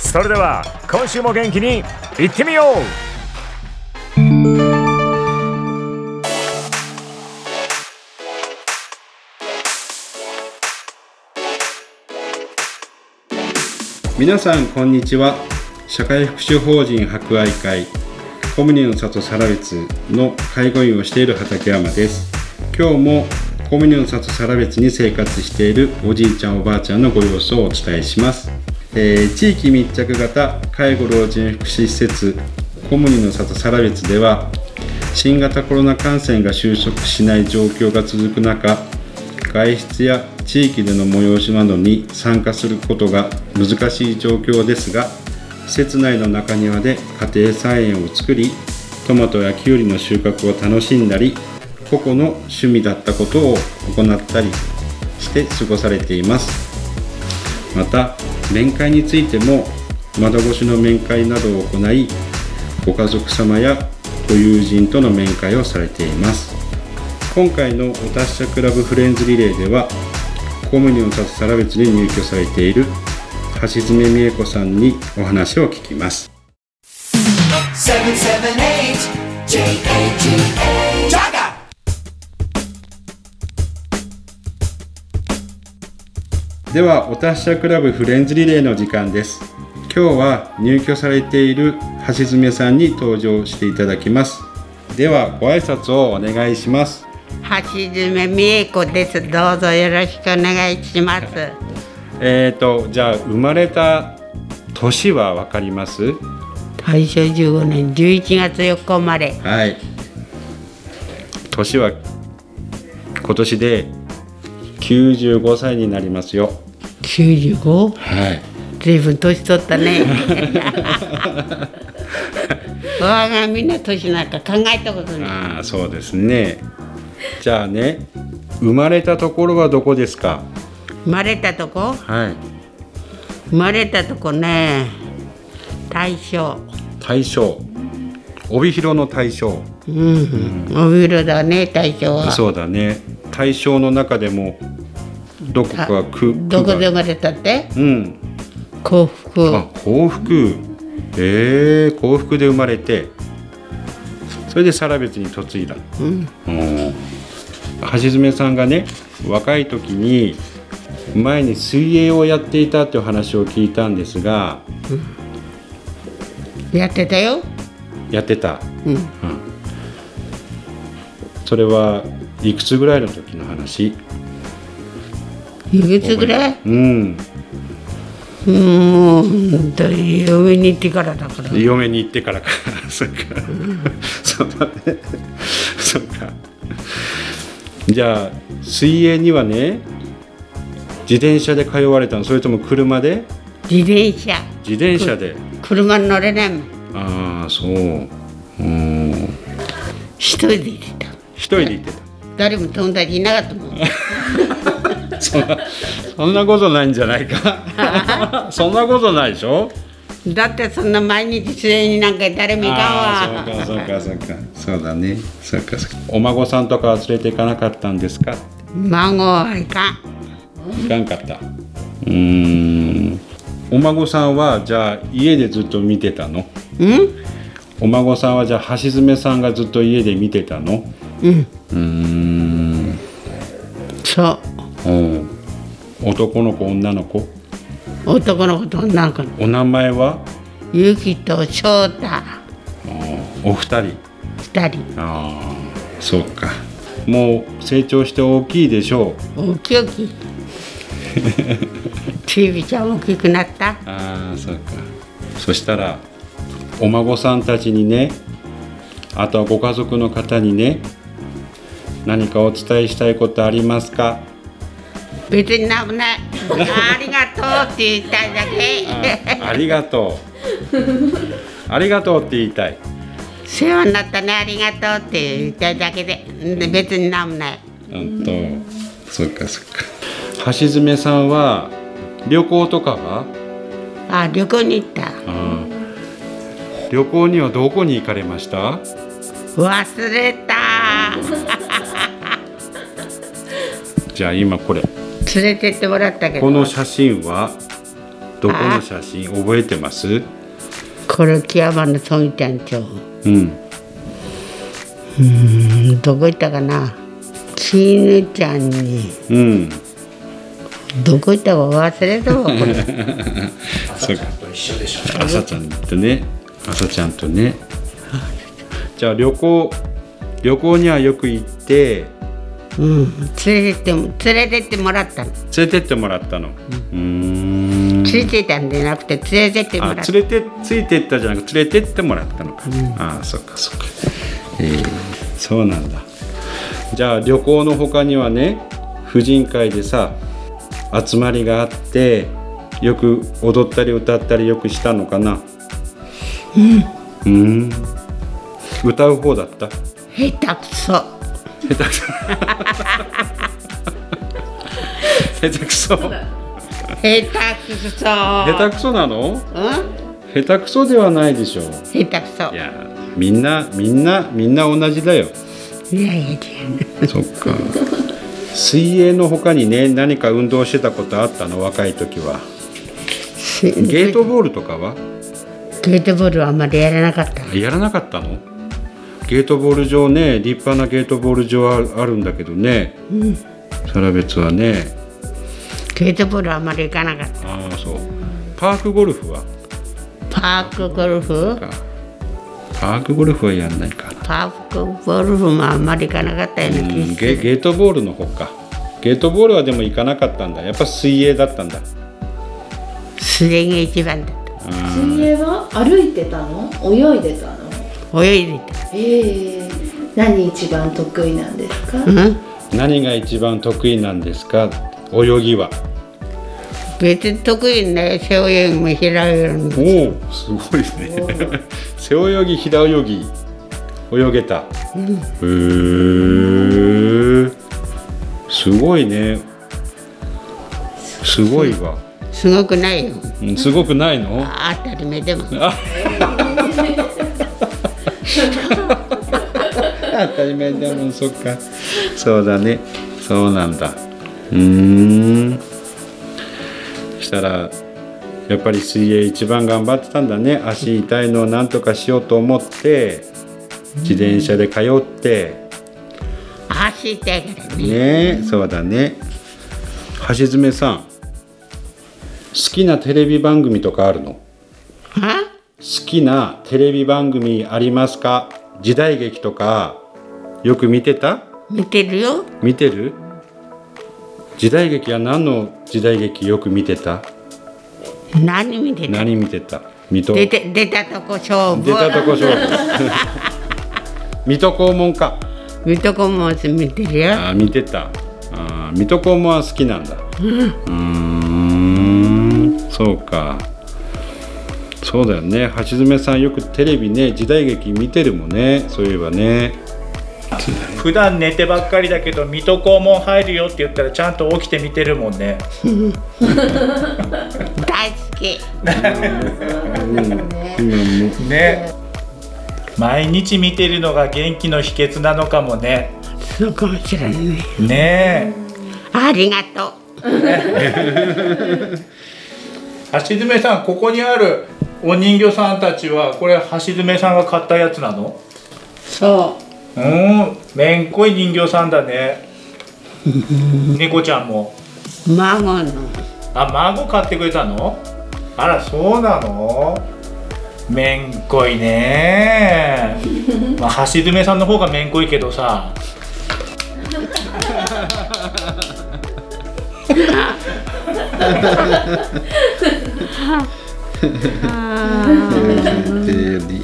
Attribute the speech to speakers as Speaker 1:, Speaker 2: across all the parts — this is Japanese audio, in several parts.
Speaker 1: それでは今週も元気にいってみよう
Speaker 2: 皆さんこんにちは社会福祉法人博愛会コムニの里サラベツの介護員をしている畠山です今日もコムニの里サラベツに生活しているおじいちゃんおばあちゃんのご様子をお伝えします、えー地域密着型介護老人福祉施設コムニの里サラベツでは新型コロナ感染が収束しない状況が続く中外出や地域での催しなどに参加することが難しい状況ですが施設内の中庭で家庭菜園を作りトマトやきゅうりの収穫を楽しんだり個々の趣味だったことを行ったりして過ごされています。また面会についても窓越しの面会などを行いご家族様やご友人との面会をされています今回のお達者クラブフレンズリレーでは公務員の立つ皿別に入居されている橋爪美恵子さんにお話を聞きます
Speaker 3: 778 JAGA. Jaga!
Speaker 2: ではお達者クラブフレンズリレーの時間です今日は入居されている橋爪さんに登場していただきますではご挨拶をお願いします
Speaker 4: 橋爪美恵子です。どうぞよろしくお願いします。
Speaker 2: えーとじゃあ生まれた年はわかります
Speaker 4: 大正15年11月4日生まれ。
Speaker 2: はい年は今年で95歳になりますよ
Speaker 4: 95?
Speaker 2: はい
Speaker 4: ずいぶん年取ったね。我がみんな年なんか考えたことない。
Speaker 2: ああそうですねじゃあね生まれたところはどこですか
Speaker 4: 生まれたとこ
Speaker 2: はい
Speaker 4: 生まれたとこね。大正。
Speaker 2: 大正帯広の大正
Speaker 4: うん。お色だね、大正は。
Speaker 2: そうだね大正の中でもどこか
Speaker 4: あ
Speaker 2: 区
Speaker 4: どこ
Speaker 2: 区
Speaker 4: で
Speaker 2: が
Speaker 4: 生まれたって
Speaker 2: うん
Speaker 4: 幸福。
Speaker 2: あ幸福ええ幸福で生まれてそれで更別に嫁いだ、うん橋爪さんがね若い時に前に水泳をやっていたっていう話を聞いたんですが
Speaker 4: やってたよ。
Speaker 2: やってた、
Speaker 4: うん
Speaker 2: それはいくつぐらいの時の話
Speaker 4: いくつぐらい
Speaker 2: うん
Speaker 4: もう本当に嫁に行ってからだから
Speaker 2: 嫁に行ってからか そうか、そうだねそうかじゃあ水泳にはね自転車で通われたのそれとも車で
Speaker 4: 自転車
Speaker 2: 自転車で
Speaker 4: 車に乗れないもん
Speaker 2: ああそううん
Speaker 4: 一人で行ってた
Speaker 2: 一人で行って
Speaker 4: 誰も友達いなかったもん
Speaker 2: たそんなそんなことないんじゃないかそんなことないでしょ
Speaker 4: だってそんな毎日水泳になんか誰も行か
Speaker 2: あ
Speaker 4: ん
Speaker 2: ー
Speaker 4: わ
Speaker 2: そうかそうかそうかそうだねそうかそうかお孫さんとかは連れて行かなかったんですか
Speaker 4: 孫はいかん
Speaker 2: いかんかったうーんお孫さんはじゃあ家でずっと見てたの
Speaker 4: うん
Speaker 2: お孫さんはじゃあ橋爪さんがずっと家で見てたの
Speaker 4: うん
Speaker 2: うーん
Speaker 4: そ
Speaker 2: うん男の子女の子
Speaker 4: う男の子と女の子の
Speaker 2: お名前は
Speaker 4: ゆきと翔太
Speaker 2: お二人
Speaker 4: 二人
Speaker 2: ああそうかもう成長して大きいでしょう
Speaker 4: 大きい 大きいちいびちゃん大きくなった
Speaker 2: ああそうかそしたらお孫さんたちにねあとはご家族の方にね何かお伝えしたいことありますか
Speaker 4: 別になんもないありがとうって言いたいだけ
Speaker 2: あありがとうありがとうって言いたい
Speaker 4: 世話になったねありがとうって言いたいだけでで別になんもない
Speaker 2: うんとそっかそっか橋爪さんは旅行とかは
Speaker 4: あ旅行に行った
Speaker 2: 旅行にはどこに行かれました
Speaker 4: 忘れた
Speaker 2: じゃあ今これ
Speaker 4: 連れてってもらったけど
Speaker 2: この写真はどこの写真覚えてます
Speaker 4: これ木山のソギちゃんちょ
Speaker 2: うん
Speaker 4: うんどこ行ったかなキ犬ちゃんに
Speaker 2: うん
Speaker 4: どこ行ったか忘れたわこ れ
Speaker 2: そうか朝ちゃんとね朝ちゃんとねじゃあ旅行旅行にはよく行って
Speaker 4: うん連れてっても連れてってもらったの
Speaker 2: 連れてってもらったのうーん
Speaker 4: ついてたんじゃなくて連れてってもら
Speaker 2: あ
Speaker 4: った
Speaker 2: 連れてついてったじゃなく連れてってもらったのか、ああそっかそっかえーそうなんだじゃあ旅行の他にはね婦人会でさ集まりがあってよく踊ったり歌ったりよくしたのかなうんうん歌う方だ った
Speaker 4: 下手 くそ
Speaker 2: 下手くそ
Speaker 4: 下手くそ
Speaker 2: 下手くそなの
Speaker 4: うん
Speaker 2: 下手くそではないでしょう
Speaker 4: 下手くそ
Speaker 2: い
Speaker 4: いや
Speaker 2: やみんなみんなみんな同じだよ
Speaker 4: いやいや
Speaker 2: そっか。水泳の他にね何か運動してたことあったの若い時は
Speaker 4: し
Speaker 2: ゲートボールとかは
Speaker 4: ゲートボールはあんまりやらなかった
Speaker 2: やらなかったのゲートボール場ね立派なゲートボール場はあるんだけどね、サラベツはね
Speaker 4: ゲートボールはあんまり行かなかっ
Speaker 2: ああそうパークゴルフは
Speaker 4: たパークゴルフ
Speaker 2: かパークゴルフはやんないかな、
Speaker 4: パークゴルフもあんまり行かなかったよね、
Speaker 2: うん、ゲゲートボールのほかゲートボールはでも行かなかったんだやっぱ水泳だったんだ
Speaker 4: 水泳が一番だっ
Speaker 5: 水泳は歩いてたの泳いでたの
Speaker 4: た泳いで
Speaker 5: ええ何一番得意なんですか、
Speaker 4: たうん
Speaker 2: 何が一番得意なんですか泳ぎは
Speaker 4: 別に得意ね背泳ぎも平泳ぎも
Speaker 2: おおすごいね 背泳ぎ平泳ぎ泳げた、へえすごいねすごいわ、
Speaker 4: すごくないよ
Speaker 2: うんすごくないの
Speaker 4: 当たり前でも
Speaker 2: 当たり前だもんそっかそうだねそうなんだうーんしたらやっぱり水泳一番頑張ってたんだね足痛いのをなんとかしようと思って自転車で通って
Speaker 4: 走りたいからね
Speaker 2: ねそうだね橋爪さん好きなテレビ番組とかあるの
Speaker 4: は
Speaker 2: 好きなテレビ番組ありますか時代劇とかよく見てた
Speaker 4: 見てるよ
Speaker 2: 見てる時代劇は何の時代劇よく見てた
Speaker 4: 何見てた
Speaker 2: 何見てた水戸
Speaker 4: 出て出たとこ勝負
Speaker 2: 出たとこ勝負 水戸黄門か
Speaker 4: 水戸黄門さん見てるよ
Speaker 2: あー見てたあー水戸黄門は好きなんだうーんそうかそうだよね橋爪さんよくテレビね時代劇見てるもんねそういえばね
Speaker 6: 普段寝てばっかりだけど水戸黄門入るよって言ったらちゃんと起きて見てるもんね
Speaker 4: 大好き
Speaker 2: 今も
Speaker 6: ね毎日見てるのが元気の秘訣なのかもね
Speaker 4: そうかもしれないね
Speaker 6: ね
Speaker 4: ありがと
Speaker 6: え橋爪さんここにあるお人形さんたちはこれ橋爪さんが買ったやつなの
Speaker 4: うそう
Speaker 6: ーんめんこい人形さんだね 猫ちゃんも
Speaker 4: う孫の
Speaker 6: あ孫買ってくれたのあらそうなのめんこいねまあ橋爪さんの方がめんこいけどさ
Speaker 2: テレビ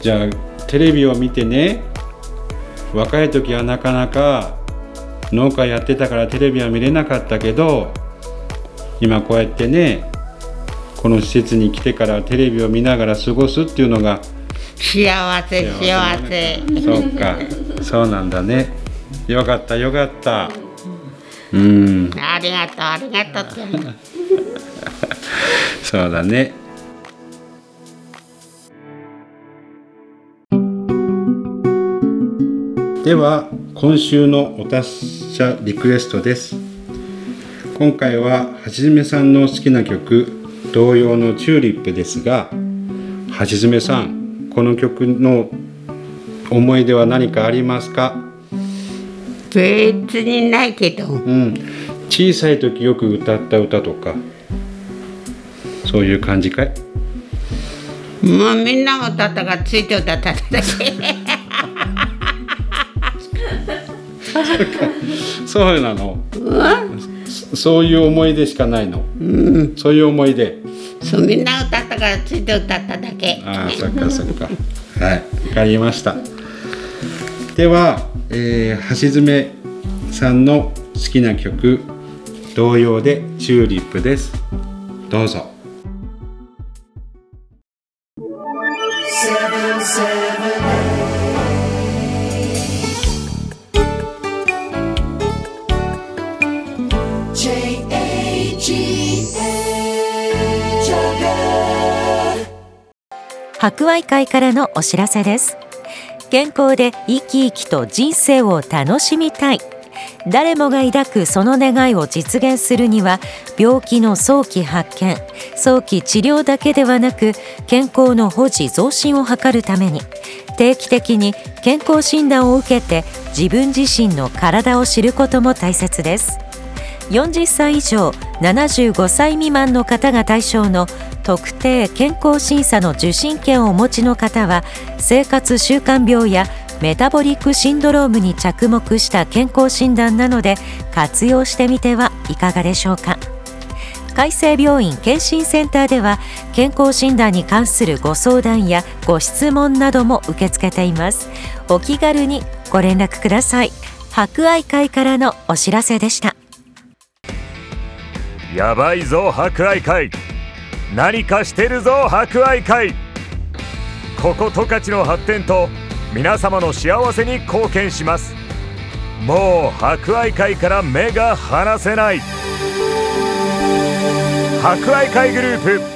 Speaker 2: じゃあテレビを見てね若い時はなかなか農家やってたからテレビは見れなかったけど今こうやってねこの施設に来てからテレビを見ながら過ごすっていうのが
Speaker 4: 幸せ幸せ
Speaker 2: そうかそうなんだねよかったよかったうん
Speaker 4: ありがとうありがとうって
Speaker 2: そうだねでは今週のお達者リクエストです今回ははじめさんの好きな曲同様のチューリップですがはじめさんこの曲の思い出は何かありますか
Speaker 4: 別にないけど
Speaker 2: うん小さい時よく歌った歌とかそういう感じかい
Speaker 4: もうみんなも歌ったからついて歌っただけ
Speaker 2: そうなの。そそういう思い出しかないの。そういう思い出。
Speaker 4: そうみんな歌ったからついて歌っただけ
Speaker 2: ああ、そっかそっか。はい、わかりました。では、えー、橋爪さんの好きな曲同様でチューリップです。どうぞ。
Speaker 3: J-A-G-A Jagger
Speaker 7: 博愛会からのお知らせです健康で生き生きと人生を楽しみたい誰もが抱くその願いを実現するには病気の早期発見早期治療だけではなく健康の保持増進を図るために定期的に健康診断を受けて自分自身の体を知ることも大切です40歳以上75歳未満の方が対象の特定健康審査の受診券をお持ちの方は生活習慣病やメタボリックシンドロームに着目した健康診断なので活用してみてはいかがでしょうか海生病院健診センターでは健康診断に関するご相談やご質問なども受け付けていますお気軽にご連絡ください博愛会からのお知らせでした
Speaker 1: やばいぞ博愛会何かしてるぞ博愛会ここ十勝の発展と皆様の幸せに貢献しますもう博愛会から目が離せない博愛会グループ